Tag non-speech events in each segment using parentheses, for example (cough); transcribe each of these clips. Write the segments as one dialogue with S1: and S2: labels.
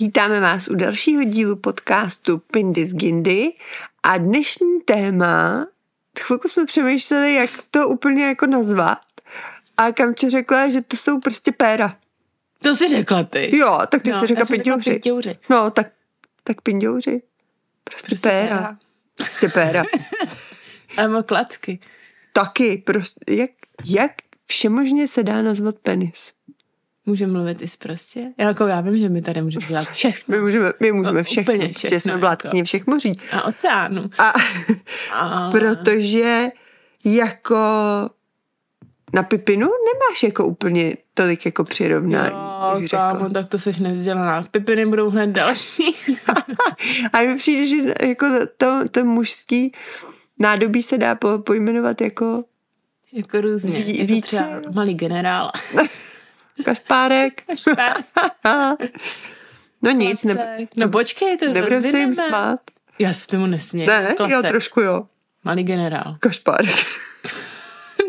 S1: Vítáme vás u dalšího dílu podcastu Pindis Gindy a dnešní téma, chvilku jsme přemýšleli, jak to úplně jako nazvat a Kamče řekla, že to jsou prostě péra.
S2: To si řekla ty.
S1: Jo, tak ty
S2: No,
S1: jsi
S2: já
S1: řekla
S2: jsem řekla
S1: pindouři.
S2: pinděuři.
S1: No, tak, tak pindouři. Prostě,
S2: Prostě
S1: péra.
S2: péra.
S1: Prostě
S2: (laughs)
S1: péra.
S2: A mám klacky.
S1: Taky, prostě, jak, jak všemožně se dá nazvat penis?
S2: Můžeme mluvit i prostě. Já, jako já vím, že my tady můžeme dělat všechno.
S1: My můžeme, my můžeme
S2: No,
S1: všechno,
S2: úplně
S1: protože
S2: všechno,
S1: jsme
S2: jako.
S1: vládkyně všech moří.
S2: A oceánu.
S1: A
S2: A...
S1: protože jako na pipinu nemáš jako úplně tolik jako přirovnání,
S2: Jo,
S1: bych řekla.
S2: kámo, tak to seš nevzdělaná. Pipiny budou hned další.
S1: A mi přijde, že jako to, to mužský nádobí se dá po, pojmenovat (laughs) jako
S2: jako různě.
S1: Ví-
S2: jako
S1: více,
S2: třeba
S1: jo.
S2: malý (laughs) generál.
S1: kašpárek. No nic, ne,
S2: no počkej, to
S1: nebudem se jim
S2: rozvineme.
S1: smát.
S2: Já se tomu nesměju.
S1: Ne, jo,
S2: Klacek.
S1: trošku jo. (laughs)
S2: Malý generál.
S1: Kašpárek.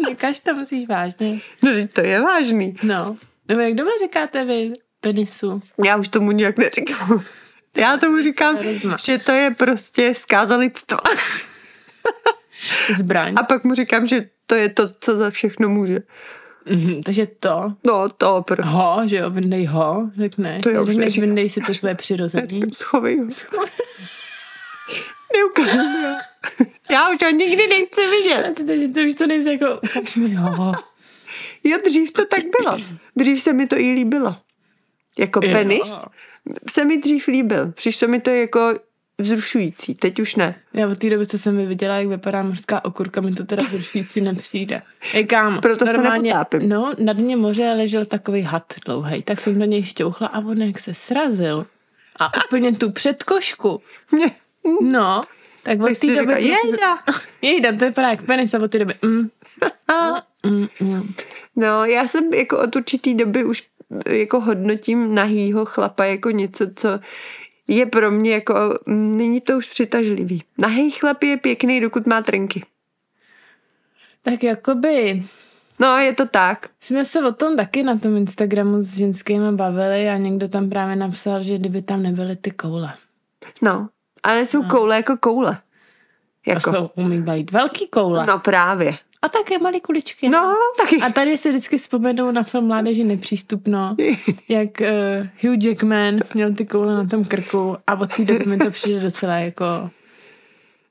S2: Říkáš to musíš vážně.
S1: No, teď to je vážný.
S2: No. Nebo jak doma říkáte vy penisu?
S1: Já už tomu nějak neříkám. Já tomu říkám,
S2: Charisma.
S1: že to je prostě zkáza lidstva.
S2: Zbraň.
S1: A pak mu říkám, že to je to, co za všechno může.
S2: Mhm, takže to.
S1: No, to prostě.
S2: Ho, že jo, vyndej ho, řekne.
S1: To já už
S2: Řekneš,
S1: neříkám.
S2: vyndej si to své přirození. (laughs)
S1: Schovej ho. Neukazuj ho. Já už ho nikdy nechci vidět.
S2: Takže to už to nejsi jako, ukaž mi ho.
S1: Jo, dřív to tak bylo. Dřív se mi to i líbilo. Jako
S2: Jo.
S1: penis se mi dřív líbil. Přišlo mi to jako vzrušující. Teď už ne.
S2: Já od té doby, co jsem viděla, jak vypadá mořská okurka, mi to teda zrušící nepřijde. Ej, kámo,
S1: Proto se nepotápím.
S2: no, na dně moře ležel takový had dlouhý, tak jsem do něj šťouchla a on jak se srazil a úplně tu předkošku,
S1: Mě,
S2: no, tak
S1: ty
S2: od té
S1: jsi
S2: doby... prostě
S1: říká, jejda.
S2: Jejda, to je právě jak penis a od té doby... Mm,
S1: A,
S2: mm, mm.
S1: No, já jsem jako od určitý doby už jako hodnotím nahýho chlapa jako něco, co je pro mě jako, mm, není to už přitažlivý. Nahý chlap je pěkný, dokud má trenky.
S2: Tak jakoby...
S1: No, je to tak.
S2: Jsme se o tom taky na tom Instagramu s ženskými bavili a někdo tam právě napsal, že kdyby tam nebyly ty koule.
S1: No, ale jsou no. koule jako koule.
S2: Jako.
S1: Jako.
S2: A jsou, umí být velký koule. No.
S1: No právě.
S2: A také malé kuličky.
S1: No, taky.
S2: A tady si vždycky vzpomenu na film
S1: (laughs)
S2: Mládeži nepřístupno, jak uh, Hugh Jackman měl ty koule na tom krku a od té doby mi to přijde docela jako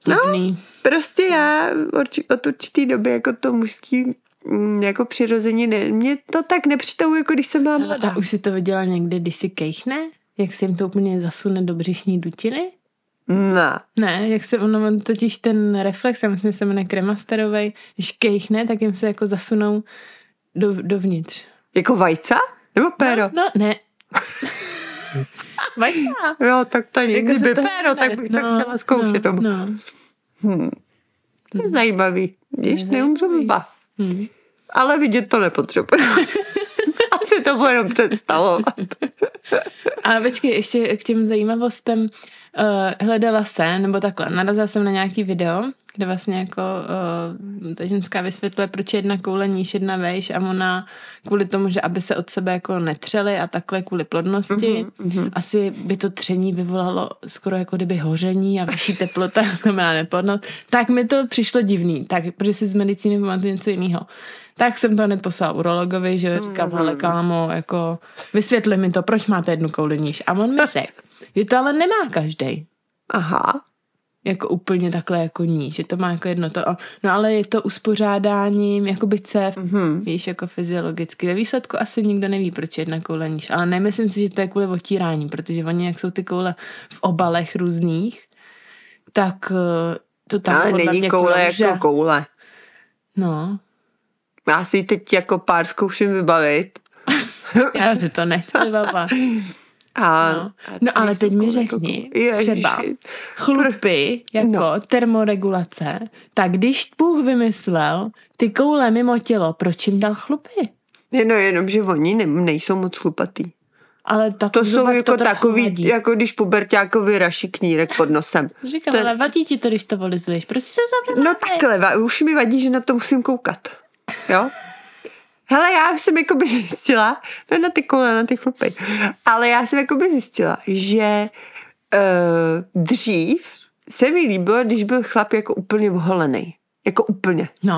S2: divný. No.
S1: Prostě já urči, od určitý doby jako to mužský mm, jako přirozeně, ne, mě to tak nepřitahuje, jako když jsem byla
S2: Hele,
S1: mladá.
S2: A už si to viděla někde, když si kejchne? Jak se jim to úplně zasune do břišní dutiny?
S1: No.
S2: Ne, jak se ono, on totiž ten reflex, já myslím, že se jmenuje kremasterovej, když kejchne, tak jim se jako zasunou do, dovnitř.
S1: Jako vajca? Nebo péro?
S2: No, no ne. Vajka.
S1: Jo, tak to nikdy
S2: Jako se
S1: by
S2: to-
S1: péro, tak bych to chtěla zkoušet.
S2: No,
S1: No,
S2: no.
S1: Hmm. To je zajímavý. Když
S2: No,
S1: neumřu blba.
S2: Hm.
S1: Ale vidět to
S2: (laughs)
S1: nepotřebuji. Asi to bude jenom představovat.
S2: A počkej, ještě k těm zajímavostem uh, hledala jsem, nebo takhle, narazila jsem na nějaký video, kde vlastně jako uh, ta ženská vysvětluje, proč je jedna koule níž, jedna vejš a ona kvůli tomu, že aby se od sebe jako netřeli a takhle kvůli plodnosti, mm-hmm, mm-hmm. asi by to tření vyvolalo skoro jako kdyby hoření a vyšší teplota, (laughs) znamená neplodnost, tak mi to přišlo divný, tak, protože si z medicíny pamatuju něco jiného. Tak jsem to hned poslala urologovi, že říkám, mm-hmm. ale kámo, jako vysvětli mi to, proč máte jednu kouli níž. A on mi řekl, že to ale nemá každý
S1: Aha.
S2: jako úplně takhle jako ní, že to má jako jedno to, no ale je to uspořádáním, jakoby cev,
S1: Mhm.
S2: mm-hmm. víš, jako fyziologicky. Ve výsledku asi nikdo neví, proč je jedna koule níž, ale nemyslím si, že to je kvůli otírání, protože oni, jak jsou ty koule v obalech různých, tak eh, to tam
S1: Ale
S2: podle
S1: není
S2: mě
S1: koule
S2: klouže.
S1: jako koule.
S2: No,
S1: Já si ji teď jako pár zkouším vybavit.
S2: já si to
S1: (laughs)
S2: nechci, baba.
S1: A, jako
S2: No, no ale teď mi řekni, třeba chlupy, jako
S1: No.
S2: no. termoregulace, tak když Bůh vymyslel ty koule mimo tělo, proč jim dal chlupy?
S1: Jenom, jenom, že oni ne, nejsou moc chlupatý.
S2: Ale tak
S1: To
S2: v
S1: jsou
S2: zubech
S1: jako
S2: trochu
S1: takový,
S2: vadí.
S1: jako když puberťákovi raší knírek pod nosem.
S2: Říkám,
S1: to je-
S2: ale vadí ti to, když to volizuješ. Prostě to tam
S1: No takhle, va- už mi vadí, že na to musím koukat. Jo? Hele, já už jsem jakoby zjistila, no na ty koule, na ty chlupy, ale já jsem jakoby zjistila, že uh, dřív se mi líbilo, když byl chlap jako úplně oholený. Jako úplně.
S2: No,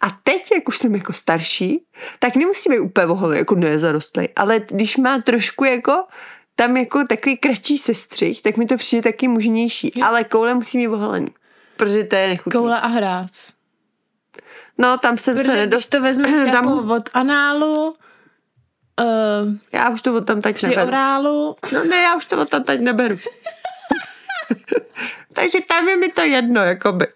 S1: A teď, jak už jsem jako starší, tak nemusí být úplně oholý, jako nezarostlý, ale když má trošku jako tam jako takový kratší sestřih, tak mi to přijde taky mužnější.
S2: Jo.
S1: Ale koule musí mít oholený. Protože to je nechutný.
S2: koula a hrác.
S1: No, tam jsem se
S2: Protože když
S1: nedost... (clears throat)
S2: to vezmeš
S1: Tam-
S2: jako od análu, uh,
S1: Já už to od tam tak
S2: při
S1: neberu.
S2: orálu,
S1: No ne, já už to od tam tak
S2: (laughs)
S1: neberu. Takže tam je mi to jedno, jakoby.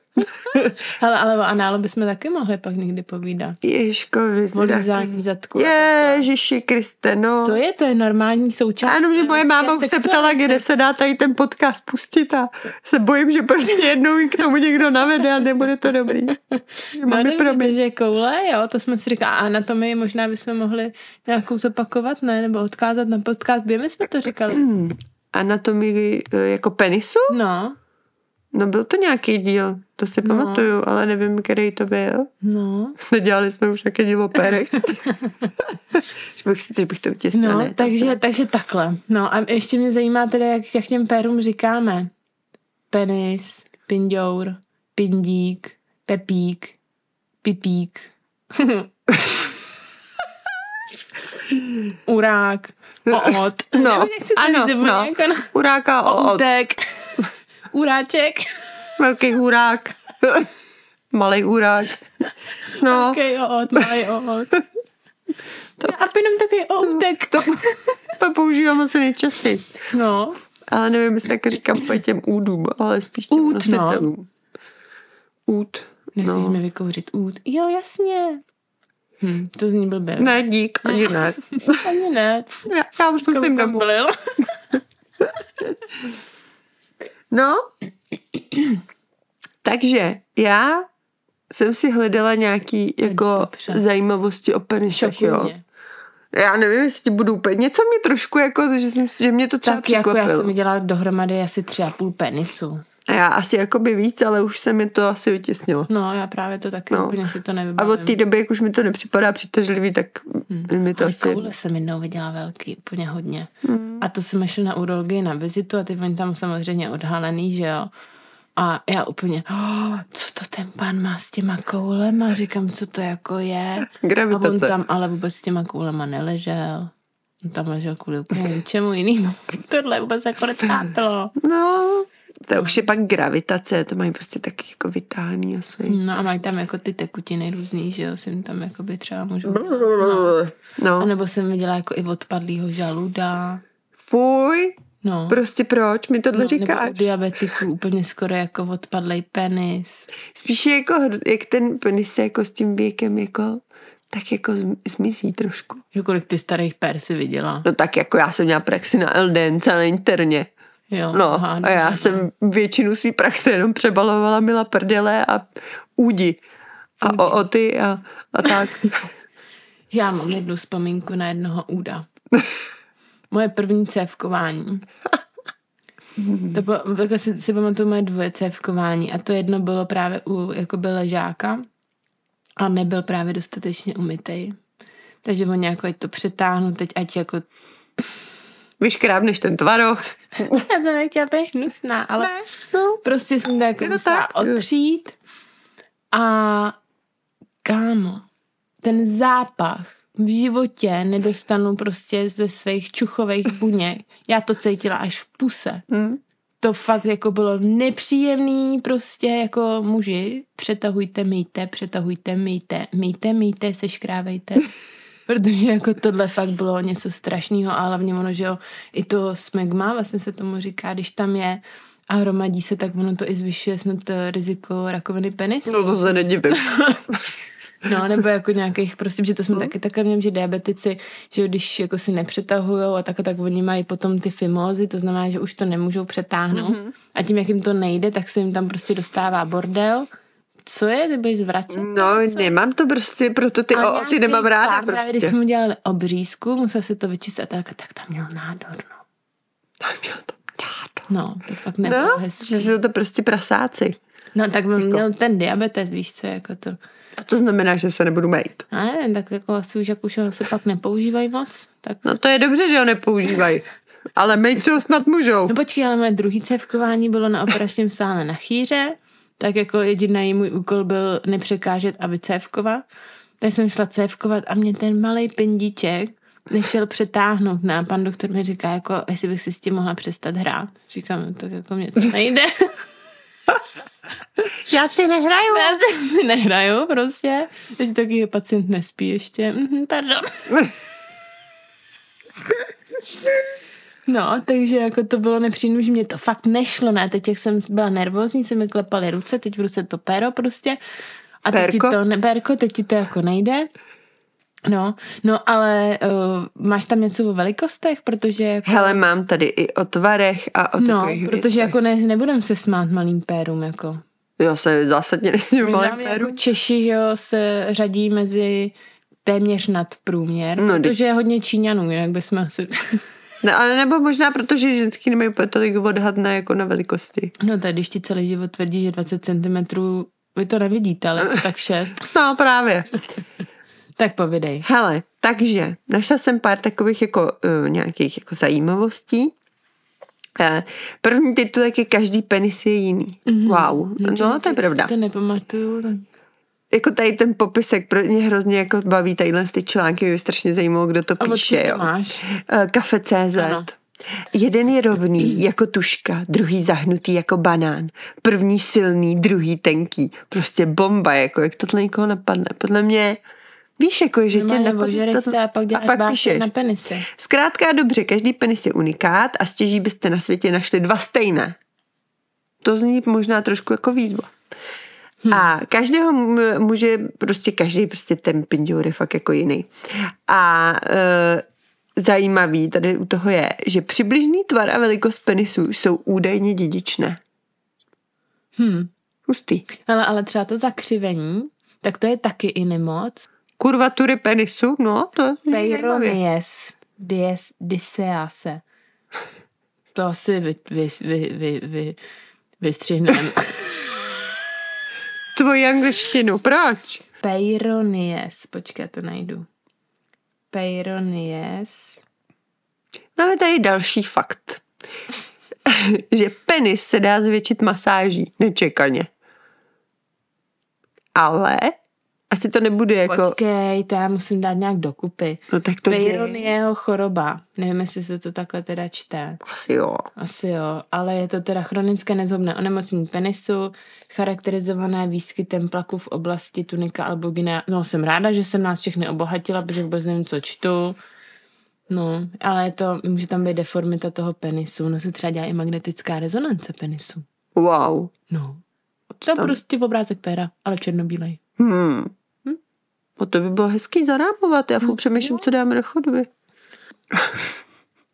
S2: hele, ale o análu bychom taky mohli pak někdy povídat.
S1: Ježkovi.
S2: O lízání zadku.
S1: Ježiši Kriste, no.
S2: Co je, to je normální součást.
S1: Ano, že moje
S2: lidské
S1: máma už se
S2: sexuality.
S1: ptala, kde se dá tady ten podcast pustit a se bojím, že prostě jednou ji k tomu někdo navede a nebude to dobrý.
S2: No
S1: Mami,
S2: dobře,
S1: promiň.
S2: takže koule, jo, to jsme si říkali. A anatomii možná bychom mohli nějakou zopakovat, ne? Nebo odkázat na podcast, kde my jsme to říkali.
S1: Hmm. Anatomii eh, jako penisu?
S2: No,
S1: No byl to nějaký díl, to si
S2: No.
S1: pamatuju, ale nevím, který to byl.
S2: no.
S1: (laughs) Nedělali jsme už nějaké dílo perek. že, (laughs) bych, si- že bych to utěsnila.
S2: No,
S1: ne, to
S2: takže,
S1: se-
S2: takže takhle. No a ještě mě zajímá teda, jak, jak těm perům říkáme. Penis, pindour, pindík, pepík,
S1: (laughs)
S2: pipík. Urák, oot.
S1: (laughs) No,
S2: Nebo nechci to
S1: ano,
S2: vyzývat
S1: no.
S2: jako na-
S1: Uráka o, od, (laughs)
S2: Outek, uráček.
S1: velký hurák.
S2: (laughs)
S1: Malý hurák. No,
S2: Takový oot, malý
S1: (laughs)
S2: oot. To... A jenom takový outek.
S1: to, to používám asi nejčastěji.
S2: No,
S1: Ale nevím, jestli tak říkám úplně těm údům, ale spíš těm
S2: Út, no.
S1: nositelům. Út,
S2: nechceš
S1: no.
S2: mi vykouřit út. Jo, jasně. Hm, to zní blbě.
S1: Ne, dík, ani ne.
S2: Ani ne.
S1: Já, já už
S2: Komu
S1: musím
S2: jsem
S1: domů.
S2: blil.
S1: No, takže já jsem si hledala nějaký jako
S2: popřel.
S1: zajímavosti o penisech, jo.
S2: Šokuje.
S1: Já nevím, jestli ti budu úplně, něco mě trošku jako, že, jsem, že mě to třeba
S2: Tak jako já
S1: překvapilo.
S2: jsem dělala dohromady asi tři a půl penisu.
S1: A já asi jakoby víc, ale už se mi to asi vytěsnilo.
S2: No, já právě to taky
S1: No.
S2: úplně si to
S1: A
S2: nevybavím.
S1: od té doby, jak už mi to nepřipadá přitažlivý, tak mi to
S2: Hmm. Ale
S1: asi...
S2: koule jsem jednou viděla velký, úplně hodně.
S1: Hmm.
S2: A to jsem šla na urologii na vizitu a ty oni tam samozřejmě odhalený, že jo. A já úplně, oh, co to ten pán má s těma koulema? Říkám, co to jako je? A on
S1: Gravitace.
S2: tam ale vůbec s těma koulema neležel. On tam ležel kvůli úplně něčemu jinému. (laughs) Tohle vůbec jako netrápilo.
S1: No, to už je pak gravitace, to mají prostě taky jako vytáhaný asi.
S2: No a mají tam jako ty tekutiny různý, že jo, si jim tam jako by třeba můžou... No.
S1: No.
S2: A
S1: no.
S2: nebo jsem viděla jako i odpadlýho žaluda.
S1: Fuj,
S2: No.
S1: prostě proč mi tohle
S2: No,
S1: no,
S2: nebo
S1: říkáš?
S2: u diabetiků úplně skoro jako odpadlej penis.
S1: Spíš je jako, hr- jak ten penis se jako s tím věkem jako tak jako zm- zmizí trošku.
S2: Jo, kolik ty starých per si viděla.
S1: No tak jako já jsem měla praxi na LDNC a na interně.
S2: Jo,
S1: No
S2: aha,
S1: a já
S2: dobře, no.
S1: jsem většinu svý praxe jenom přebalovala mila prdele a údi. A o, o ty a, a (laughs) tak.
S2: Já mám jednu vzpomínku na jednoho úda. Moje první cévkování. To bylo, jako si, si pamatuju moje dvoje cévkování a to jedno bylo právě u jakoby ležáka a nebyl právě dostatečně umytej. Takže on jako ať to přetáhnu teď, ať jako...
S1: Vyškrábneš ten tvaroh.
S2: (laughs) Já jsem nechtěla být hnusná, ale...
S1: Ne, no.
S2: Prostě jsem to jako
S1: Je to
S2: musela
S1: tak, jo.
S2: otřít. A kámo, ten zápach v životě nedostanu prostě ze svých čuchových buněk. Já to cítila až v puse.
S1: Hm.
S2: To fakt jako bylo nepříjemný, prostě jako muži, přetahujte, myjte, přetahujte, myjte, myjte, myjte, seškrávejte. Protože jako tohle fakt bylo něco strašného a hlavně ono, že jo, i to smegma, vlastně se tomu říká, když tam je a hromadí se, tak ono to i zvyšuje snad eh, riziko rakoviny penisu.
S1: No to se nedivím.
S2: No, nebo jako nějakých, prostě, že to
S1: No.
S2: jsme taky takhle měli, že diabetici, že když jako si nepřetahujou a tak, a tak oni mají potom ty fimózy, to znamená, že už to nemůžou přetáhnout.
S1: Mhm.
S2: Mm-hmm. A tím, jak jim to nejde, tak se jim tam prostě dostává bordel. Co je? Ty budeš zvracet?
S1: No, nemám to prostě, proto ty, o, ty nemám ráda
S2: pár, právě, Když
S1: prostě.
S2: jsme mu dělali obřízku, musel si to vyčistit a tak, tak tam měl nádor. No,
S1: Měl to ráda.
S2: no to fakt nebylo
S1: No,
S2: hezký.
S1: že jsou to prostě prasáci.
S2: No tak on měl ten diabetes, víš co, jako to.
S1: A to znamená, že se nebudu mít.
S2: Já nevím, tak jako asi už, jak už ho se pak nepoužívají moc, tak...
S1: No to je dobře, že ho nepoužívají. Ale mít se ho snad můžou.
S2: No počkej, ale moje druhý cévkování bylo na operačním sále na chýře, tak jako jediný můj úkol byl nepřekážet a vycévkovat. Tak jsem šla cévkovat a mě ten malý pindíček nešel přetáhnout. No a pan doktor mi říká, jako, jestli bych si s tím mohla přestat hrát. Říkám, no, tak jako mě to nejde.
S1: Já ty nehraju.
S2: Já se si (laughs) nehraju prostě. Takže taky pacient nespí ještě. Mhm,
S1: (laughs)
S2: Pardon. No, takže jako to bylo nepříjemné, že mě to fakt nešlo, ne? Teď jak jsem byla nervózní, se mi klepaly ruce, teď v ruce to pero prostě. A teď ti
S1: Perko?
S2: to, ne, perko, teď ti to jako nejde. No, no ale uh, máš tam něco o velikostech, protože jako,
S1: Hele, mám tady i o tvarech a o
S2: no,
S1: takových
S2: protože
S1: věcech.
S2: jako ne, nebudem se smát malým pérům, jako.
S1: Já se zásadně nesmím
S2: Za
S1: malé
S2: mě
S1: peru.
S2: Jako Češi že jo, se řadí mezi téměř nad průměr,
S1: No,
S2: no,
S1: dej.
S2: protože je hodně Číňanů, jinak
S1: (laughs)
S2: bychom asi...
S1: Ne, ale nebo možná protože ženský nemají úplně tolik odhad na, jako na velikosti.
S2: No tak když ti celý život tvrdí, že 20 cm, vy to
S1: (laughs)
S2: nevidíte, ale tak 6,
S1: No právě.
S2: tak povidej.
S1: Hele, takže našla jsem pár takových jako uh, nějakých jako zajímavostí. Eh, První titulek je Každý penis je jiný.
S2: Mhm.
S1: Mm-hmm. Wow, no to je
S2: si
S1: pravda.
S2: To nepamatuju. no.
S1: Jako tady ten popisek, pro mě hrozně jako baví tadyhle ty články, mě strašně zajímalo, kdo to
S2: A odkud
S1: píše,
S2: to
S1: jo.
S2: máš?
S1: Eh, Kafe.cz
S2: Ano.
S1: Jeden je rovný jako tuška, druhý zahnutý jako banán, první silný, druhý tenký. Prostě bomba, jako jak tohle někoho napadne. Podle mě, víš, jako že tě
S2: Normálně
S1: napadne.
S2: ožereš se a pak děláš a pak
S1: píšeš.
S2: na penise.
S1: Zkrátka a dobře, každý penis je unikát a stěží byste na světě našli dva stejné. To zní možná trošku jako výzva. Hmm. A každého m- může, prostě každý, prostě ten pindour je fakt jako jiný. A e, zajímavý tady u toho je, že přibližný tvar a velikost penisů jsou údajně dědičné.
S2: Hm.
S1: Hustý.
S2: Ale, ale třeba to zakřivení, tak to je taky i nemoc.
S1: Kurvatury penisu, no, to je zajímavě.
S2: Peironies dies dysease. To asi vy, vy, vy, vy, vy, vystřihneme.
S1: Tvoji angličtinu, proč?
S2: Peironies. Počkej, já to najdu. Peironies.
S1: Máme tady další fakt. (laughs) že penis se dá zvětšit masáží, nečekaně. Ale asi to nebude jako...
S2: Počkej, to já musím dát nějak dokupy.
S1: No tak to je...
S2: Peyronieho choroba. Nevím, jestli se to takhle teda čte.
S1: Asi jo.
S2: Asi jo, ale je to teda chronické nezhubné onemocnění penisu, charakterizované výskytem plaku v oblasti tunika albugina. No, jsem ráda, že jsem nás všechny obohatila, protože vůbec nevím, co čtu. No, ale je to, může tam být deformita toho penisu. No se třeba dělá i magnetická rezonance penisu.
S1: Wow.
S2: No.
S1: co
S2: To je
S1: tam?
S2: prostě obrázek péra, ale černobílej.
S1: Hmm.
S2: Hm?
S1: No to by bylo hezký zarámovat. Já furt
S2: Hm,
S1: přemýšlím,
S2: jo.
S1: co dáme do chodby. (laughs)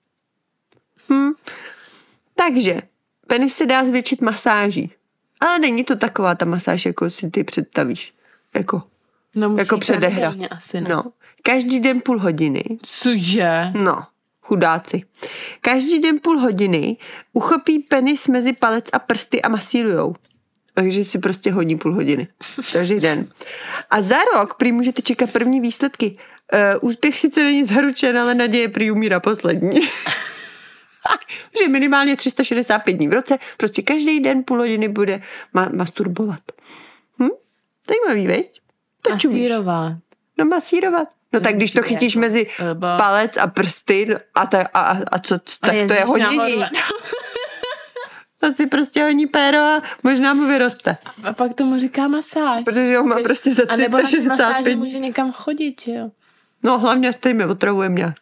S1: hm. Takže, penis se dá zvětšit masáží. Ale není to taková ta masáž, jako si ty představíš. Jako,
S2: No, musí
S1: Jako předehra.
S2: pravidelně Asi ne.
S1: no. Každý den půl hodiny.
S2: Cože?
S1: No, chudáci. Každý den půl hodiny uchopí penis mezi palec a prsty a masírujou. Takže si prostě hodí půl hodiny. Každý den. A za rok prý můžete čekat první výsledky. Uh, úspěch sice není zaručen, ale naděje prý umírá poslední. (laughs) Že minimálně 365 dní v roce, prostě každý den půl hodiny bude ma- masturbovat. Hm? Zajímavý, veď? To čumíš.
S2: Masírová.
S1: No masírovat. No tak když to
S2: určitě
S1: chytíš
S2: jako
S1: mezi
S2: blbost.
S1: palec a prsty no, a, ta, a, a, a co, co- tak to je
S2: jezdíš
S1: hodění.
S2: nahoru.
S1: To si prostě honí péro a možná mu vyroste.
S2: A pak tomu říká masáž.
S1: Protože ho má prostě za
S2: A nebo na ty masáže
S1: 365 dní.
S2: může někam chodit, že jo?
S1: No hlavně stejně otravuje mě.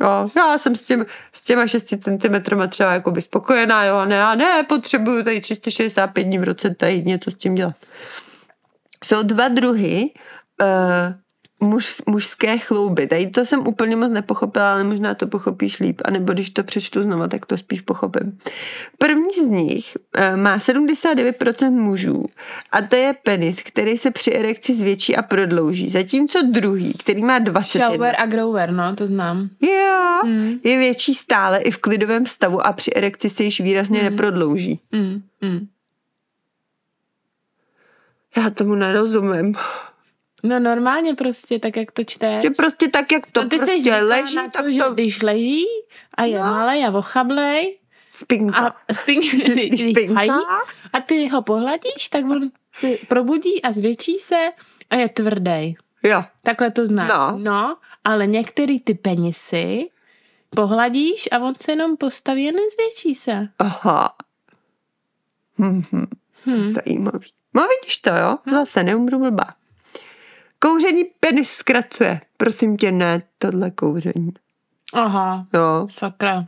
S1: Jo, já jsem s, těm, s těma 6 cm třeba jako by spokojená, jo, a ne, a ne, potřebuju tady 365 dní v roce tady něco s tím dělat. Jsou dva druhy uh, muž, mužské chlouby. Tady to jsem úplně moc nepochopila, ale možná to pochopíš líp. A nebo když to přečtu znova, tak to spíš pochopím. První z nich uh, má 79% mužů a to je penis, který se při erekci zvětší a prodlouží. Zatímco druhý, který má 21%,
S2: Shower a grower, no, to znám.
S1: Jo,
S2: Mm.
S1: je větší stále i v klidovém stavu a při
S2: Hmm.
S1: erekci se již výrazně neprodlouží.
S2: Mm, mm.
S1: Já tomu nerozumím.
S2: No normálně prostě, tak jak to čteš.
S1: Že prostě tak, jak to
S2: no, ty jsi
S1: prostě
S2: zvyklá
S1: leží,
S2: na to,
S1: tak
S2: že
S1: to
S2: když leží a je
S1: No.
S2: no. malý a ochablej
S1: spinka. (laughs)
S2: a spinká,
S1: Spinká.
S2: a ty ho pohladíš, tak on se probudí a zvětší se a je tvrdý.
S1: Jo,
S2: Takhle to znáš.
S1: No.
S2: no ale některý ty penisy pohladíš a on se jenom postaví a nezvětší se.
S1: aha. Mhm.
S2: Hm.
S1: Zajímavý. No vidíš to, jo?
S2: Hmm.
S1: Zase neumřu blbá. Kouření penis zkracuje. Prosím tě, ne tohle kouření.
S2: Aha,
S1: Jo.
S2: sakra.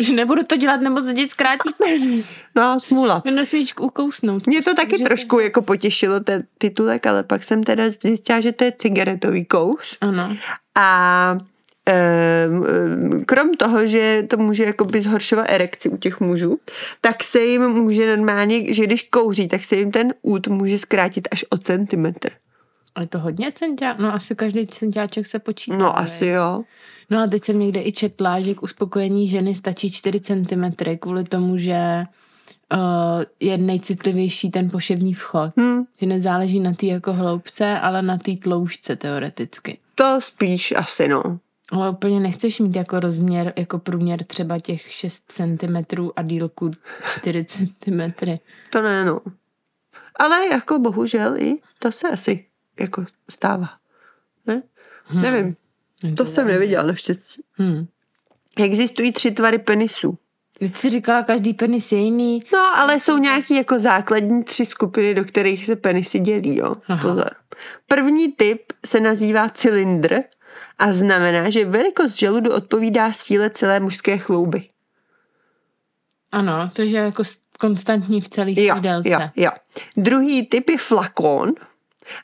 S2: Že nebudu to dělat, nebo se dět zkrátí penis.
S1: No, smůla.
S2: Mě nesmíš ukousnout.
S1: Mě to taky
S2: Takže
S1: trošku jako potěšilo ten titulek, ale pak jsem teda zjistila, že to je cigaretový kouř.
S2: Ano.
S1: A ehm, ehm, krom toho, že to může jakoby zhoršovat erekci u těch mužů, tak se jim může normálně, že když kouří, tak se jim ten út může zkrátit až o centimetr.
S2: Ale to hodně centiáček, no asi každý centiáček se počítá.
S1: No
S2: ne?
S1: asi jo.
S2: No a teď jsem někde i četla, že k uspokojení ženy stačí 4 cm kvůli tomu, že uh, je nejcitlivější ten poševní vchod.
S1: Hm,
S2: Že nezáleží na té jako hloubce, ale na té tloušťce teoreticky.
S1: to spíš asi no.
S2: Ale úplně nechceš mít jako rozměr, jako průměr třeba těch 6 cm a dílku 4 cm.
S1: To ne no. Ale jako bohužel i to se asi jako stává. Ne?
S2: Hm.
S1: Nevím, to jsem neviděla naštěstí.
S2: Hmm.
S1: Existují tři tvary penisů.
S2: Teď jsi říkala, každý penis je jiný.
S1: No, ale jsou nějaký jako základní tři skupiny, do kterých se penisy dělí, jo.
S2: Aha.
S1: Pozor. První typ se nazývá cylindr a znamená, že velikost žaludu odpovídá síle celé mužské chlouby.
S2: Ano, to je jako s- konstantní v celý
S1: Jo,
S2: své délce.
S1: jo, jo. Druhý typ je flakon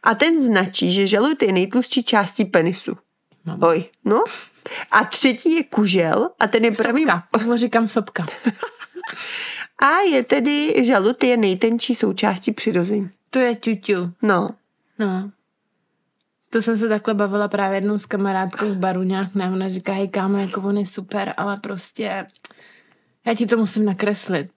S1: a ten značí, že žalud je nejtlustší částí penisu.
S2: No.
S1: Oj, no. A třetí je kužel a ten je pravý...
S2: Sopka, tomu říkám sopka.
S1: A je tedy, žalud je nejtenčí součástí přirození.
S2: To je ťuťu.
S1: No,
S2: No. To jsem se takhle bavila právě jednou s kamarádkou v baru nějak ne, ona říká, hej kámo, jako on je super, ale prostě já ti to musím nakreslit.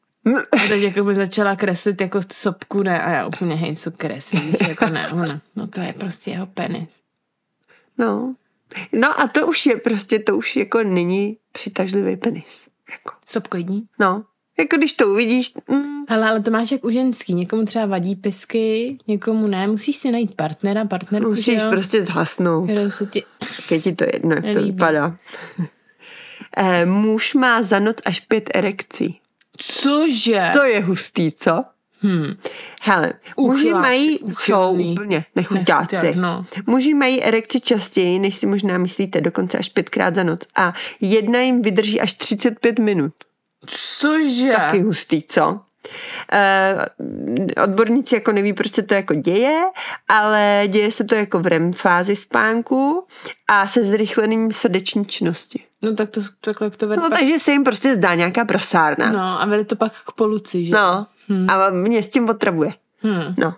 S2: A teď jako by začala kreslit jako sopku, ne, a já úplně hej, co kreslíš, jako ne, ona, no to je prostě jeho penis.
S1: no. No a to už je prostě, to už jako není přitažlivý penis. Jako.
S2: Sopkoidní.
S1: No, jako když to uvidíš, mm,
S2: Ale, ale to máš jak u ženský, někomu třeba vadí pisky, někomu ne, musíš si najít partnera, partnerku,
S1: musíš
S2: že jo?
S1: prostě zhasnout.
S2: Který se ti...
S1: Tak je ti to jedno, jak to
S2: Nelíbí.
S1: vypadá. (laughs) Eh, Muž má za noc až pět erekcí.
S2: Cože?
S1: To je hustý, co?
S2: Hm.
S1: Hele, muži
S2: Uchyláci,
S1: mají, jsou
S2: uchylný.
S1: úplně
S2: Nechutě,
S1: nechuťáci.
S2: No.
S1: Muži mají erekci častěji, než si možná myslíte, dokonce až pětkrát za noc. A jedna jim vydrží až 35 minut.
S2: Cože?
S1: Taky hustý, co? Eh, odborníci jako neví, proč se to jako děje, ale děje se to jako v REM fázi spánku a se zrychlením srdeční činnosti.
S2: No tak to takhle to vede
S1: No
S2: pak...
S1: takže se jim prostě zdá nějaká prasárna. No.
S2: No a vede to pak k poluci, že?
S1: no.
S2: Hm.
S1: A mě s tím otravuje.
S2: Hm.
S1: No.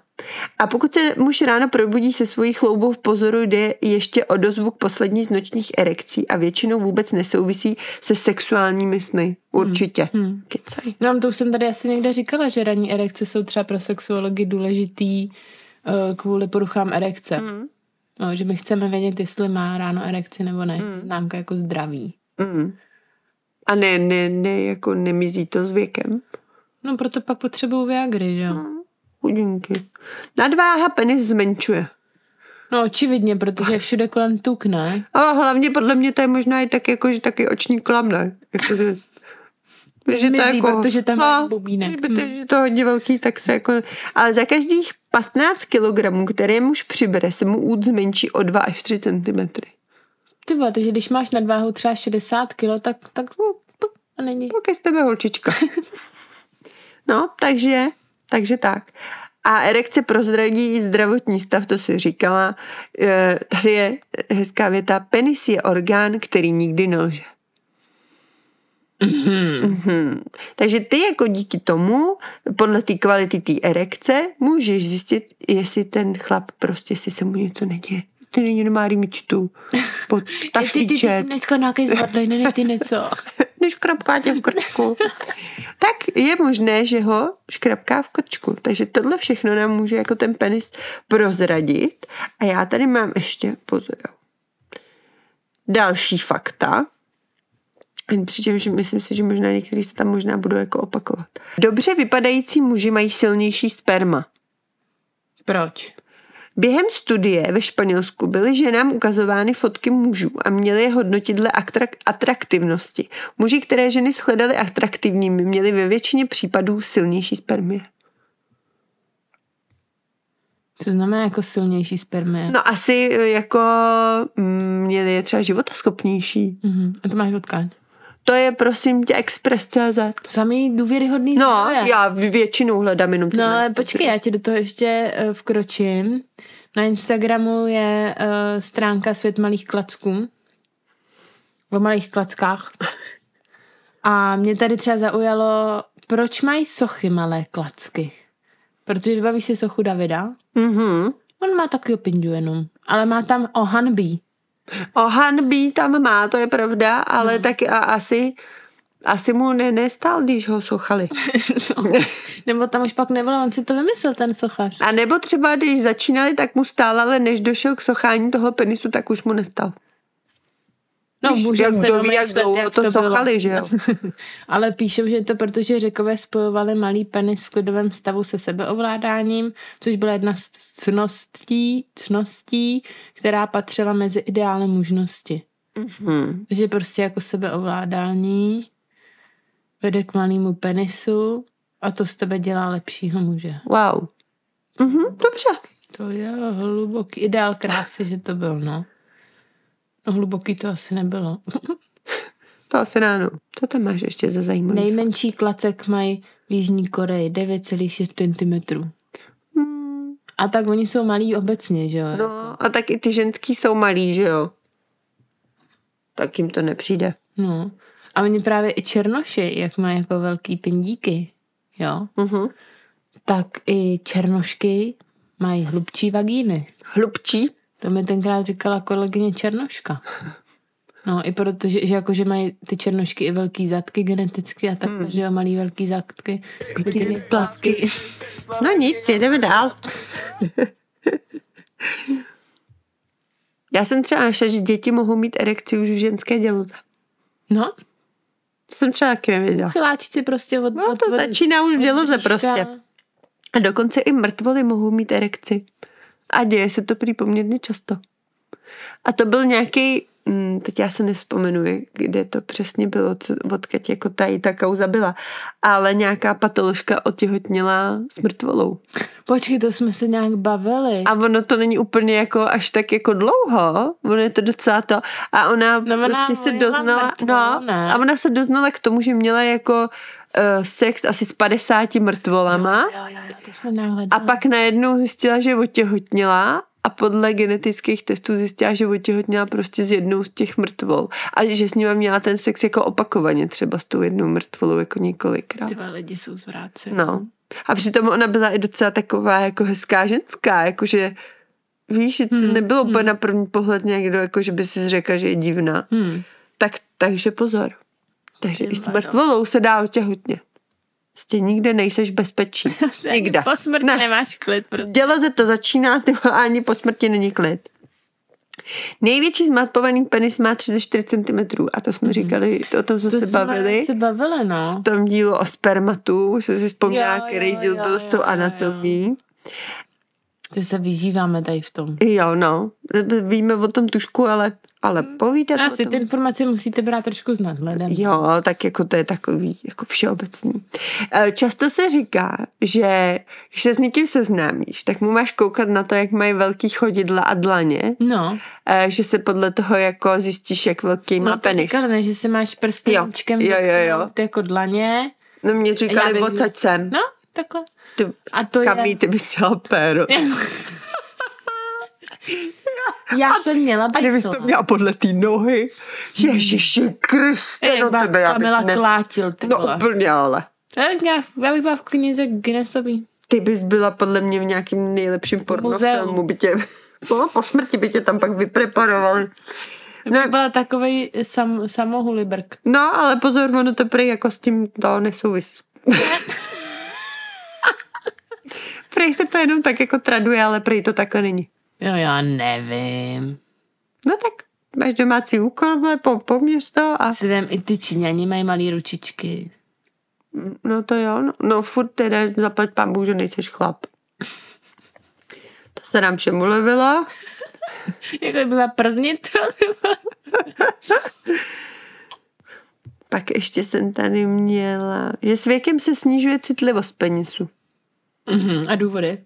S1: A pokud se muž ráno probudí se svojí chloubou v pozoru, jde ještě o dozvuk poslední z nočních erekcí a většinou vůbec nesouvisí se sexuálními sny. Určitě. Hmm.
S2: Hm.
S1: Kecaj.
S2: No to už jsem tady asi někde říkala, že ranní erekce jsou třeba pro sexuology důležitý eh, kvůli poruchám erekce.
S1: Hmm.
S2: No, že my chceme vědět, jestli má ráno erekci nebo ne.
S1: Hm.
S2: Známka jako zdraví.
S1: Mm. A ne, ne, ne, jako nemizí to s věkem.
S2: No proto pak potřebuju Viagry, že
S1: Hmm.
S2: jo?
S1: Chudinky. Nadváha penis zmenšuje.
S2: No očividně, protože je všude kolem tuk, ne?
S1: A hlavně podle mě to je možná i tak jako, že taky oční klam, ne? Jako,
S2: (laughs)
S1: že, jako-
S2: Zmizí, protože tam máš bubínek.
S1: No,
S2: Hmm.
S1: Kdyby to, že to hodně velký, tak se jako... Ale za každých 15 kg, které muž přibere, se mu út zmenší o 2 až 3 cm.
S2: Ty vole, takže když máš nadváhu třeba 60 kilo, tak, tak no, a není.
S1: Pak je z tebe holčička. (laughs) No, takže, takže tak. A erekce prozradí i zdravotní stav, to si říkala. E, Tady je hezká věta. Penis je orgán, který nikdy nelže.
S2: Hmm.
S1: Mhm. Takže ty jako díky tomu, podle té kvality té erekce, můžeš zjistit, jestli ten chlap prostě, jestli se mu něco neděje. Ty není nemá (laughs) rýmičtu, pod
S2: Ty, ty, ty jsi
S1: tašlíček, (laughs)
S2: dneska nějaký zvadlej, ne, ne, ty něco.
S1: než krapká tě v krčku. tak je možné, že ho škrapká v krčku. Takže tohle všechno nám může jako ten penis prozradit. A já tady mám ještě, pozor, jo. další fakta. Přičemž myslím si, že možná některý se tam možná budou jako opakovat. Dobře vypadající muži mají silnější sperma.
S2: Proč?
S1: Během studie ve Španělsku byly ženám ukazovány fotky mužů a měly je hodnotit dle atrak- atraktivnosti. Muži, které ženy shledaly atraktivními, měli ve většině případů silnější spermie.
S2: To znamená jako silnější spermie.
S1: No asi eh, jako mm, měli je třeba životaschopnější.
S2: Mhm. A to máš odkud?
S1: To je prosím tě Express.cz.
S2: Samý důvěryhodný
S1: No,
S2: zdroje.
S1: já většinou hledám jenom
S2: No
S1: tyhle
S2: ale
S1: způsoby.
S2: počkej, já ti do toho ještě eh, vkročím. Na Instagramu je uh, stránka Svět malých klacků. O
S1: (laughs)
S2: malých klackách. A mě tady třeba zaujalo, proč mají sochy malé klacky. Protože bavíš si sochu Davida,
S1: Mhm.
S2: on má taky opindu jenom, ale má tam o hanbí.
S1: O hanbí tam má, to je pravda, ale
S2: Mhm.
S1: hmm. taky a asi, asi mu ne, nestál, když ho
S2: (laughs)
S1: sochali.
S2: No.
S1: (laughs)
S2: Nebo tam už pak nebylo, on si to vymyslel, ten sochař.
S1: A nebo třeba, když začínali, tak mu stál, ale než došel k sochání toho penisu, tak už mu nestal.
S2: No,
S1: Víš,
S2: můžeme
S1: jak
S2: se
S1: kdo ví, jak
S2: domýšlet,
S1: dlouho
S2: jak
S1: to
S2: bylo.
S1: sochali, že
S2: (laughs)
S1: jo?
S2: Ale píšou, že je to protože řekové spojovali malý penis v klidovém stavu se sebeovládáním, což byla jedna z cností, cností která patřila mezi ideály mužnosti.
S1: Hmm.
S2: Že prostě jako sebeovládání vede k malému penisu a to z tebe dělá lepšího muže.
S1: Wow. Mhm, dobře.
S2: To je hluboký ideál krásy, že to byl, no. No hluboký to asi nebylo.
S1: To asi ráno. Co tam máš ještě za zajímavé?
S2: Nejmenší klacek mají v Jižní Koreji 9,6 cm.
S1: Hmm.
S2: A tak oni jsou malí obecně, že jo?
S1: No a tak i ty ženský jsou malí, že jo? Tak jim to nepřijde.
S2: no. A oni právě i černoši, jak mají jako velký pindíky, jo?
S1: Mhm.
S2: Tak i černošky mají hlubčí vagíny.
S1: Hlubčí?
S2: To mi tenkrát říkala
S1: (laughs)
S2: kolegyně Černoška. No i protože, že jako, že mají ty černošky i velký zadky geneticky a tak, hmm. že jo, malý velký zadky. Pěkný plavky.
S1: No nic, jedeme dál. Já jsem třeba našla, že děti mohou mít erekci už v ženské děloze.
S2: No,
S1: To jsem třeba taky nevěděla.
S2: chyláčci prostě od...
S1: No
S2: od,
S1: to
S2: od,
S1: začíná už v děloze
S2: bříška.
S1: prostě. A dokonce i mrtvoly mohou mít erekci. A děje se to prý poměrně často. A to byl nějaký, mm, teď já se nevzpomenu, kde to přesně bylo, co, odkud jako tady ta kauza byla, ale nějaká patoložka otěhotněla s mrtvolou.
S2: Počkej, to jsme se nějak bavili.
S1: A ono to není úplně jako až tak jako dlouho, ono je to docela to. A ona
S2: No,
S1: no,
S2: ona
S1: prostě se
S2: byla
S1: doznala,
S2: mrtvá,
S1: no,
S2: ne?
S1: a ona se doznala k tomu, že měla jako uh, sex asi s 50 mrtvolama.
S2: Jo, jo, jo, to jsme nějak
S1: A
S2: hledali.
S1: pak najednou zjistila, že otěhotněla a podle genetických testů zjistila, že otěhotněla prostě z jednou z těch mrtvol. A že s ní měla ten sex jako opakovaně, třeba s tou jednou mrtvolou jako několikrát.
S2: Ty vole, lidi jsou zvráceni.
S1: No. A přitom ona byla i docela taková jako hezká ženská, jakože víš, že to
S2: Hmm,
S1: nebylo úplně na první pohled někdo, jako že by si řekla, že je divná.
S2: Hmm.
S1: Tak, takže pozor. Takže
S2: Ty
S1: i s
S2: vado.
S1: mrtvolou se dá otěhotnět. Prostě nikde nejseš
S2: (laughs)
S1: bezpečí. Nikde.
S2: Vlastně Po smrti
S1: Ne.
S2: nemáš klid. Proto.
S1: Dělo se to začíná, ty vole, a ani po smrti není klid. Největší zmapovaný penis má 34 cm a to
S2: Hmm.
S1: jsme říkali, o tom jsme se bavili.
S2: se bavili, no.
S1: V tom dílu o spermatu, už jsem si vzpomněla,
S2: Jo, jo,
S1: který díl
S2: jo,
S1: byl s
S2: jo,
S1: tou
S2: jo, jo.
S1: anatomí.
S2: Ty se vyžíváme tady v tom.
S1: Jo, no, víme o tom tušku, ale, ale povídat o
S2: Mm. Asi
S1: tom.
S2: ty informace musíte brát trošku s nadhledem.
S1: Jo, tak jako to je takový jako všeobecný. E, Často se říká, že když se s někým seznámíš, tak mu máš koukat na to, jak mají velký chodidla a dlaně,
S2: No,
S1: Eh, že se podle toho jako zjistíš, jak velký má
S2: no to
S1: penis.
S2: říkali, ne, že se máš prstníčkem
S1: Jo, jo, jo.
S2: dotknout jako dlaně.
S1: No mě
S2: Já
S1: říkali,
S2: bych-
S1: odsaď jsem.
S2: No, takhle.
S1: Ty,
S2: A to
S1: kamí,
S2: je...
S1: ty bys jela
S2: (laughs)
S1: péro.
S2: Já jsem měla
S1: A kdybys to měla podle té nohy. Ježiši Kriste, no tebe já
S2: Hmm. Eh, Kamila
S1: bych ne...
S2: klátil, ty
S1: No
S2: vole.
S1: úplně ale.
S2: Tak Já, já bych byla v knize Guinnessový.
S1: Ty bys byla podle mě v nějakým (laughs) nejlepším pornofilmu. By tě, po, po smrti by tě tam pak vypreparovali. Ne.
S2: Ne. Byla takovej sam, samohulibrk.
S1: No, ale pozor, ono to prý jako s tím to
S2: (laughs)
S1: nesouvisí. Prej se to jenom tak jako traduje, ale prej to takhle není.
S2: No já nevím.
S1: No tak máš domácí úkol, vole, po, poměř to a
S2: Si vem, i ty Číňani mají malé ručičky.
S1: no to jo, no, no furt teda zaplať pán Bůh, že nejseš chlap. To se nám všem ulevilo.
S2: Jako byla prznit.
S1: Pak ještě jsem tady měla, že s věkem se snižuje citlivost penisu.
S2: Mhm, A důvody?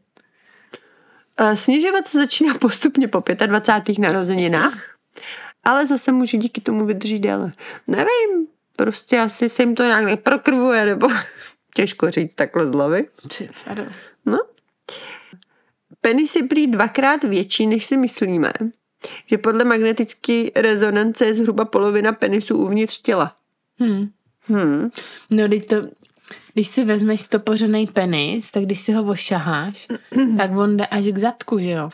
S1: Eh, Snižovat se začíná postupně po 25. narozeninách, ale zase může díky tomu vydržet déle. Nevím, prostě asi se jim to nějak neprokrvuje, nebo (laughs) těžko říct takhle z hlavy.
S2: Ty, vado.
S1: No. Penis je prý dvakrát větší, než si myslíme, že podle magnetické rezonance je zhruba polovina penisu uvnitř těla.
S2: Hm.
S1: Hmm.
S2: No, když to, když si vezmeš stopořený penis, tak když si ho ošaháš, tak on jde až k zadku, že jo?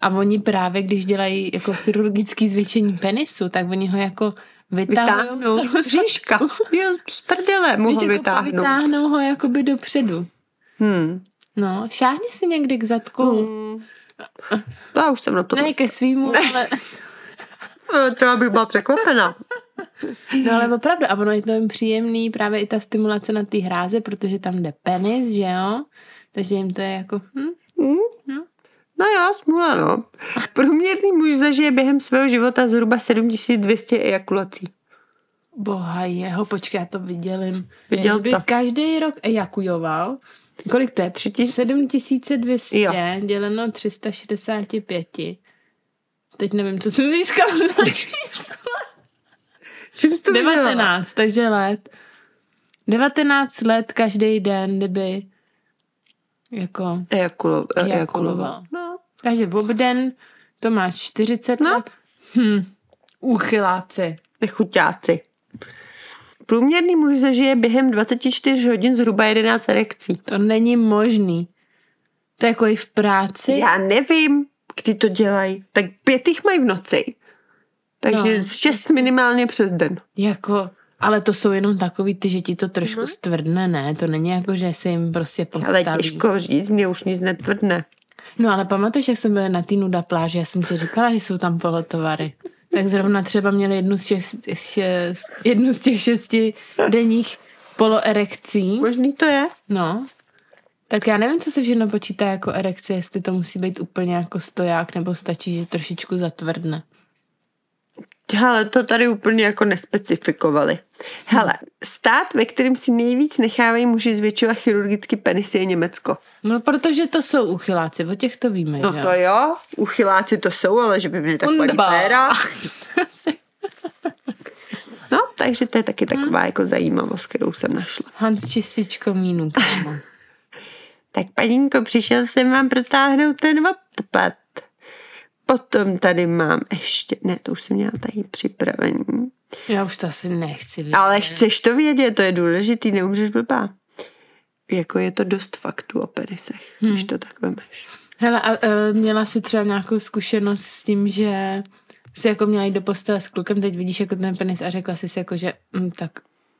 S2: A oni právě, když dělají jako chirurgický zvětšení penisu, tak oni ho jako
S1: Vytáhnu
S2: vytáhnou. z toho (laughs)
S1: říška. Jo, z prdele mu
S2: Víš,
S1: ho
S2: jako
S1: vytáhnu.
S2: vytáhnou ho jakoby dopředu.
S1: Hmm.
S2: No, šáhni si někdy k zadku.
S1: Já už jsem na to
S2: Mm. ne ke svýmu, ale...
S1: Eh, Třeba bych byla překvapená.
S2: No ale opravdu, a ono je to jim příjemný, právě i ta stimulace na té hráze, protože tam jde penis, že jo? Takže jim to je jako... Hm?
S1: No jo, smůla, no. Průměrný muž zažije během svého života zhruba 7200 ejakulací.
S2: Boha jeho, počkej, já to vidělím.
S1: Viděl
S2: Kdyby
S1: to.
S2: Každý rok ejakujoval. Kolik to je?
S1: Tři tis-
S2: 7200
S1: Jo.
S2: děleno 365. Teď nevím, co jsem získala (laughs) za číslo.
S1: Čím jsi to vydělala?
S2: 19, takže let. 19 let každý den, kdyby jako,
S1: Ejakulo, e- ejakuloval.
S2: Ejakuloval.
S1: No.
S2: takže ob den to máš 40
S1: No.
S2: let. Hm, úchyláci.
S1: Nechuťáci. Průměrný muž zažije během 24 hodin zhruba 11 erekcí.
S2: To není možný. To je jako i v práci.
S1: Já nevím, kdy to dělají. Tak pět jich mají v noci. Takže
S2: No,
S1: no, šest minimálně přes den.
S2: Jako, ale to jsou jenom takový ty, že ti to trošku mm-hmm. stvrdne, ne? To není jako, že se jim prostě
S1: Mhm. Ale
S2: postaví.
S1: těžko říct, mě už nic netvrdne.
S2: No ale pamatuješ, jak jsme byli na té nuda pláži, já jsem ti říkala, že jsou tam polotovary. Tak zrovna třeba měli jednu z, šest, šest, jednu z těch šesti denních poloerekcí.
S1: Možný to je?
S2: No. Tak já nevím, co se všechno počítá jako erekce, jestli to musí být úplně jako stoják, nebo stačí, že trošičku zatvrdne.
S1: Hele, to tady úplně jako nespecifikovali. Hele, stát, ve kterém si nejvíc nechávají muži zvětšovat chirurgický penis, je Německo.
S2: No, protože to jsou uchyláci, o těch to víme,
S1: No
S2: že?
S1: to jo, uchyláci to jsou, ale že by mě taková
S2: Wunderbar.
S1: péra. No, takže to je taky taková jako zajímavost, kterou jsem našla.
S2: Hans čističko mínu,
S1: (laughs)
S2: kámo.
S1: Tak panínko, přišel jsem vám protáhnout ten odpad. Potom tady mám ještě, ne, to už jsem měla tady připravený.
S2: Já už to asi nechci vidět.
S1: Ale chceš to vědět, to je důležitý, neumřeš blbá. Jako je to dost faktů o penisech, hmm. když to tak vemeš.
S2: Hele, a e, měla jsi třeba nějakou zkušenost s tím, že jsi jako měla jít do postele s klukem, teď vidíš jako ten penis a řekla jsi si jako, že mm, tak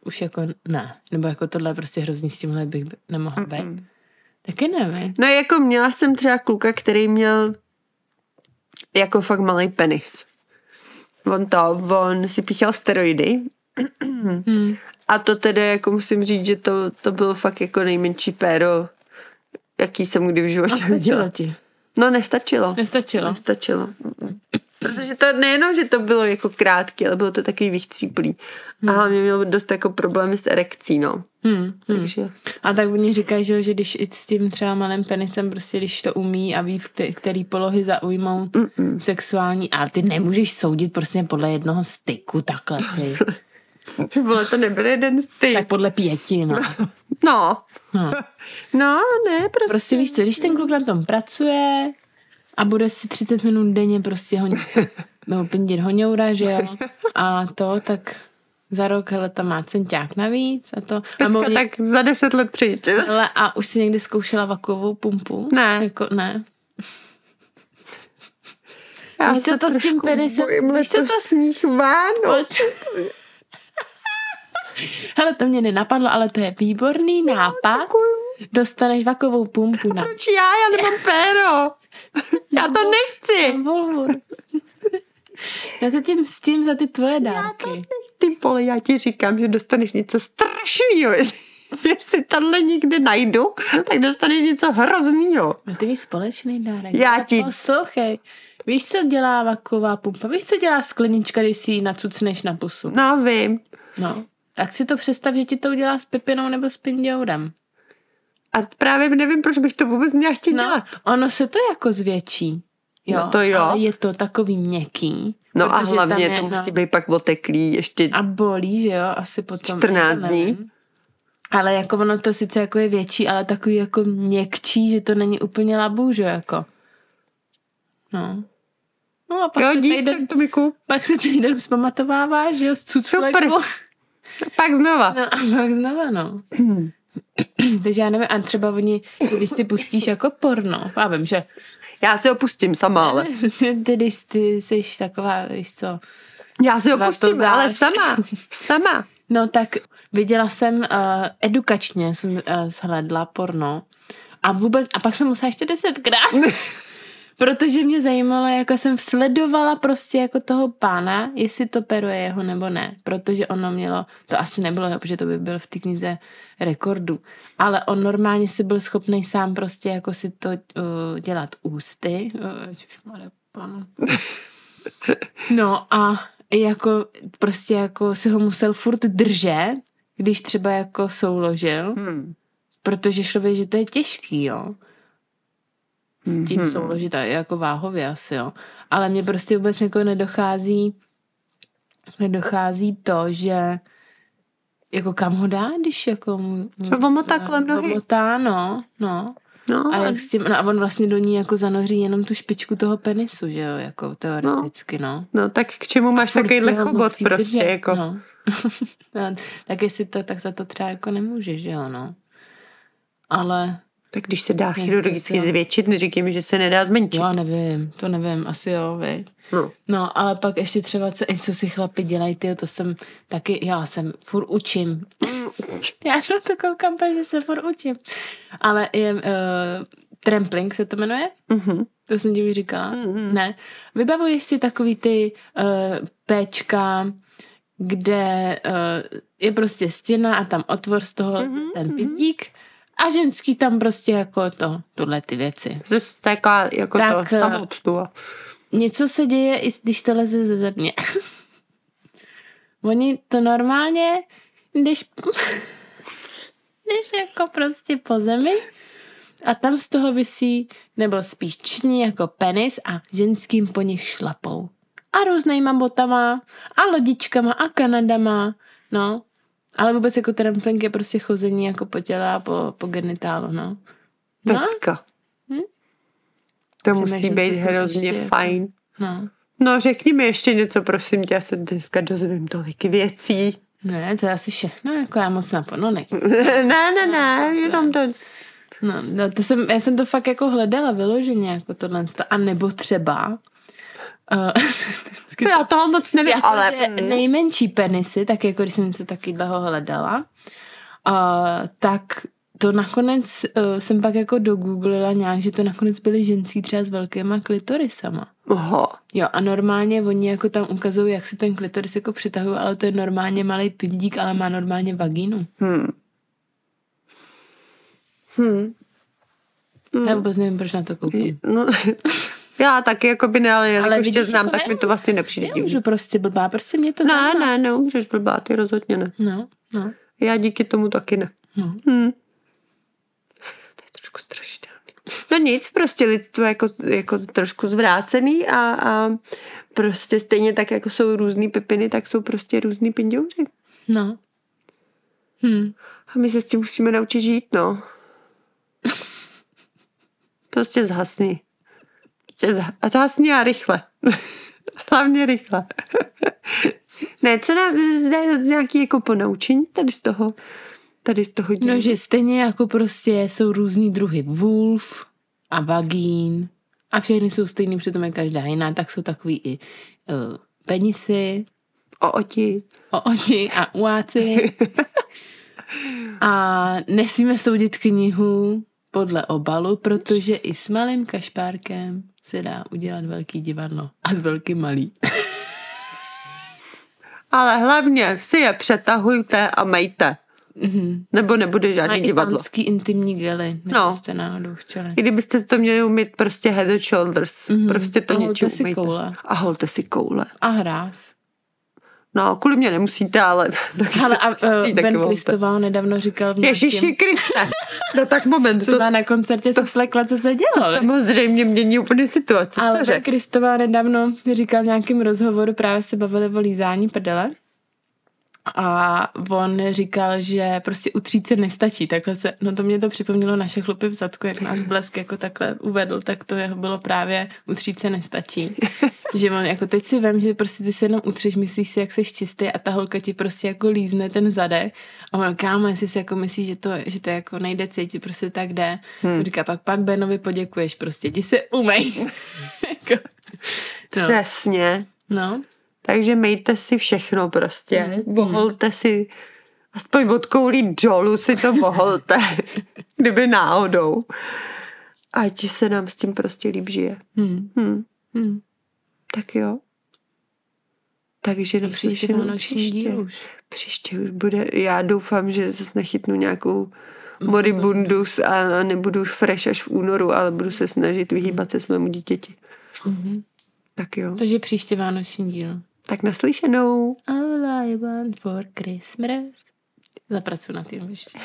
S2: už jako ne. Nebo jako tohle je prostě hrozný, s tímhle bych b- nemohla být. Mm-mm. Taky
S1: (laughs)
S2: nevím.
S1: No jako měla jsem třeba kluka, který měl jako fakt malý penis. On to, on si píchal steroidy
S2: Hmm.
S1: a to teda jako musím říct, že to, to bylo fakt jako nejmenší péro, jaký jsem kdy v
S2: A
S1: životě viděla.
S2: stačilo ti.
S1: No nestačilo.
S2: Nestačilo.
S1: Nestačilo. Protože to nejenom, že to bylo jako krátký, ale bylo to takový vychcíplý. A hlavně měl dost jako problémy s erekcí, no.
S2: Hmm. Hmm.
S1: Takže (laughs)
S2: A tak oni říkají, že, jo, že když i s tím třeba malým penisem, prostě když to umí a ví, v kte- který polohy zaujmou
S1: Mm-mm.
S2: sexuální. A ty nemůžeš soudit prostě podle jednoho styku takhle.
S1: (laughs)
S2: Ty.
S1: bylo to nebyl jeden z ty.
S2: Tak podle pěti,
S1: (laughs)
S2: no.
S1: No,
S2: no.
S1: no, ne, prostě.
S2: Prostě víš co, když ten kluk na tom pracuje a bude si 30 minut denně prostě
S1: (laughs)
S2: honit, nebo pindit hoňoura, že jo, a to, tak za rok, hele, tam má centák navíc a to. a
S1: Pecka,
S2: mluví-
S1: tak za deset let přijď.
S2: Hele, a už si někdy Jako, zkoušela vakovou pumpu?
S1: Ne.
S2: Jako, ne.
S1: Já
S2: Víš, co
S1: se
S2: to s tím
S1: trošku
S2: penisem-
S1: bojím,
S2: víš, co
S1: ale
S2: to-
S1: to smích váno.
S2: Pojď. (laughs) Hele, to mě nenapadlo, ale to je výborný nápad. Dostaneš vakovou pumpu na
S1: Proč já? Já nemám péro. Já to nechci. (laughs)
S2: Volvo. Já se tím s tím za ty tvoje
S1: Já to
S2: dárky.
S1: Ty pole, já ti říkám, že dostaneš něco strašného. (laughs) Jestli, jestli tohle nikdy najdu, tak dostaneš něco hroznýho.
S2: No ty víš společný dárek.
S1: Já
S2: Tak
S1: ti-
S2: Poslouchej, víš, co dělá vaková pumpa? Víš, co dělá sklenička, když si ji nacucneš na pusu?
S1: No vím.
S2: No. Tak si to představ, že ti to udělá s Pepinou nebo s Pinděurem.
S1: A právě nevím, proč bych to vůbec měla chtít no.
S2: No,
S1: dělat.
S2: ono se to jako zvětší. Jo,
S1: No to jo.
S2: Ale je to takový měkký.
S1: No a
S2: protože tam
S1: hlavně
S2: je-
S1: to
S2: no.
S1: musí být pak oteklý ještě.
S2: A bolí, že jo, asi potom.
S1: 14
S2: já to nevím.
S1: dní.
S2: Ale jako ono to sice jako je větší, ale takový jako měkčí, že to není úplně labu, že jo, jako. No. No a pak
S1: jo,
S2: se
S1: dík,
S2: týden,
S1: tak to mi kup.
S2: pak se týden zpamatovává, že jo, z cucfleku.
S1: Pak znova.
S2: No a pak
S1: (clears throat)
S2: znova, no.
S1: Hmm.
S2: Takže já nevím, a třeba oni, když si pustíš jako porno, já vím, že
S1: Já si ho pustím sama, ale.
S2: (laughs) ty, když ty jsi taková, víš co,
S1: Já si ho
S2: Svatou
S1: pustím,
S2: záž.
S1: ale sama. Sama.
S2: No tak viděla jsem, uh, edukačně jsem uh, shledla porno a vůbec, a pak jsem musela ještě desetkrát, protože mě zajímalo, jako jsem sledovala prostě jako toho pána, jestli to pero je jeho nebo ne, protože ono mělo, to asi nebylo, jo, protože to by byl v té knize rekordu, ale on normálně si byl schopný sám prostě jako si to uh, dělat ústy. Uh, češmarja, pánu. No a jako prostě jako si ho musel furt držet, když třeba jako souložil,
S1: Hmm.
S2: protože šlo vědět, že to je těžký, jo. S tím
S1: Mhm.
S2: souložit a jako váhově asi, jo. Ale mě prostě vůbec jako nedochází nedochází to, že jako kam ho dá, když jako mu... mu-
S1: Že omotá kolem nohy.
S2: Omotá, no, no.
S1: No,
S2: Hmm. A jak s tím, no a on vlastně do ní jako zanoří jenom tu špičku toho penisu, že jo, jako teoreticky, no.
S1: no, tak k čemu máš
S2: Furt
S1: takovýhle
S2: si ho
S1: chobot
S2: musí
S1: prostě,
S2: držet,
S1: jako.
S2: No. No, (laughs) tak jestli to, tak za to třeba jako nemůže, že jo, no. Ale,
S1: Tak když se dá
S2: to
S1: chirurgicky
S2: jo.
S1: zvětšit, neříkej mi, že se nedá zmenšit.
S2: já nevím, to nevím, asi jo, vy.
S1: No.
S2: No, ale pak ještě třeba, co, i co si chlapi dělají, ty, to jsem taky, já jsem furt učím. (laughs) Já na to koukám, že se furt učím. Ale je, uh, trampling se to jmenuje?
S1: Mhm.
S2: To jsem ti už říkala.
S1: Mhm.
S2: Ne. Vybavuješ si takový ty uh, péčka, kde uh, je prostě stěna a tam otvor z toho mm-hmm,
S1: Mhm,
S2: ten
S1: mhm.
S2: pitík a ženský tam prostě jako to, tuhle ty věci.
S1: Zase taková, jako
S2: Tak,
S1: tak,
S2: eh,
S1: to samoobsluha.
S2: Něco se děje, i když to leze ze země. (laughs) Oni to normálně, (laughs) když, když jako prostě po zemi a tam z toho vysí, nebo spíš ční jako penis a ženským po nich šlapou. A různýma botama a lodičkama a kanadama, no. Ale vůbec jako trampling je prostě chození jako po těle a po, po genitálu, no. No,
S1: Pecka.
S2: Hm?
S1: To musí
S2: Přemýšlím,
S1: být
S2: co jsem
S1: hrozně
S2: ještě-
S1: fajn.
S2: no.
S1: No řekni mi ještě něco, prosím tě, já se dneska dozvím tolik věcí.
S2: Ne, to je asi všechno, jako já moc napo... No (laughs) ne.
S1: ne, ne, (laughs) ne, jenom to.
S2: No, no to jsem, já jsem to fakt jako hledala vyloženě, jako tohle. A nebo třeba... Uh,
S1: to já toho moc nevím,
S2: (laughs) já to,
S1: ale... Mm.
S2: že nejmenší penisy, tak jako když jsem něco takového hledala, uh, tak to nakonec uh, jsem pak jako dogooglila nějak, že to nakonec byly ženský třeba s velkýma klitorisama.
S1: Oho.
S2: Jo, a normálně oni jako tam ukazují, jak si ten klitoris jako přitahují, ale to je normálně malý pindík, ale má normálně vagínu.
S1: Hm. Hm. Mm.
S2: Já vůbec nevím, proč na to koukám.
S1: No, (laughs) já taky jako by ne, ale
S2: Ale
S1: jelikož tě
S2: vidíš,
S1: znám,
S2: jako
S1: tak
S2: ne-
S1: mi to vlastně nepřijde
S2: Já
S1: divný. No,
S2: můžu prostě blbá, prostě mě to
S1: Ne,
S2: zajímá.
S1: ne, ne, můžeš blbá, ty rozhodně ne.
S2: No, no,
S1: Já díky tomu taky ne.
S2: no.
S1: Hm. To je trošku strašidelný. No nic, prostě lidstvo je jako, jako trošku zvrácený a, a prostě stejně tak, jako jsou různý pepiny, tak jsou prostě různý pindouři.
S2: no. Hm.
S1: A my se s tím musíme naučit žít, no. Prostě zhasni. Prostě zha- a zhasni a rychle. (laughs) Hlavně rychle. ne, co nám ne, nějaký jako ponaučení tady z toho, tady z toho
S2: No,
S1: dění?
S2: že stejně jako prostě jsou různý druhy vulv a vagín A všechny jsou stejný, přitom je každá jiná, tak jsou takový i uh, penisy,
S1: O oti.
S2: ooti a uáci. A nesmíme soudit knihu podle obalu, protože i s malým kašpárkem se dá udělat velký divadlo. A s velkým malý.
S1: Ale hlavně si je přetahujte a majte.
S2: Mhm.
S1: Nebo nebude
S2: A
S1: žádný
S2: i
S1: divadlo.
S2: panský intimní gely,
S1: No.
S2: no. jste náhodou chtěli.
S1: I kdybyste si to měli umít prostě head and shoulders.
S2: Mhm.
S1: Mm-hmm. Prostě to
S2: A holte
S1: něčím
S2: si
S1: umýjte.
S2: koule.
S1: A holte si koule.
S2: A hráz.
S1: No, kvůli mě nemusíte, ale (laughs) taky
S2: Hele, a
S1: si
S2: uh,
S1: taky
S2: Ben
S1: holte.
S2: Kristoval nedávno říkal v nějakém,
S1: Ježiši
S2: (laughs)
S1: Kriste. No tak moment,
S2: co
S1: to,
S2: byla na koncertě,
S1: to-
S2: se slekla, co se dělo.
S1: (laughs)
S2: ne?
S1: samozřejmě mění úplně situaci.
S2: Ale
S1: co
S2: Ben
S1: řek?
S2: Kristová nedávno říkal v nějakém rozhovoru, právě se bavili o lízání prdele. A on říkal, že prostě utřít se nestačí. Takhle se, no to mě to připomnělo naše chlupy v zadku, jak nás blesk jako takhle uvedl, tak to jeho bylo právě utřít se nestačí. že on jako teď si vem, že prostě ty se jenom utřeš, myslíš si, jak seš čistý a ta holka ti prostě jako lízne ten zadek. A on kámo, jestli si jako myslíš, že to, že to jako nejde cítit, prostě tak jde. Hmm. Říká, pak, pak Benovi poděkuješ, prostě ti se umej. Jako, no.
S1: Přesně.
S2: no.
S1: Takže mejte si všechno prostě.
S2: Mhm.
S1: Mm. Voholte si, aspoň od koulí dolů si to voholte. (laughs) kdyby náhodou. Ať se nám s tím prostě líp žije.
S2: Hmm.
S1: Hm,
S2: Hmm.
S1: tak jo. Takže
S2: Příště
S1: naslyšenou
S2: vánoční díl už.
S1: Prostě Příště už bude, já doufám, že zase nechytnu nějakou moribundus a nebudu už fresh až v únoru, ale budu se snažit vyhýbat se svému dítěti. Tak jo.
S2: Takže příště vánoční díl.
S1: Tak naslyšenou.
S2: All I want for Christmas. Zapracuji na tím ještě.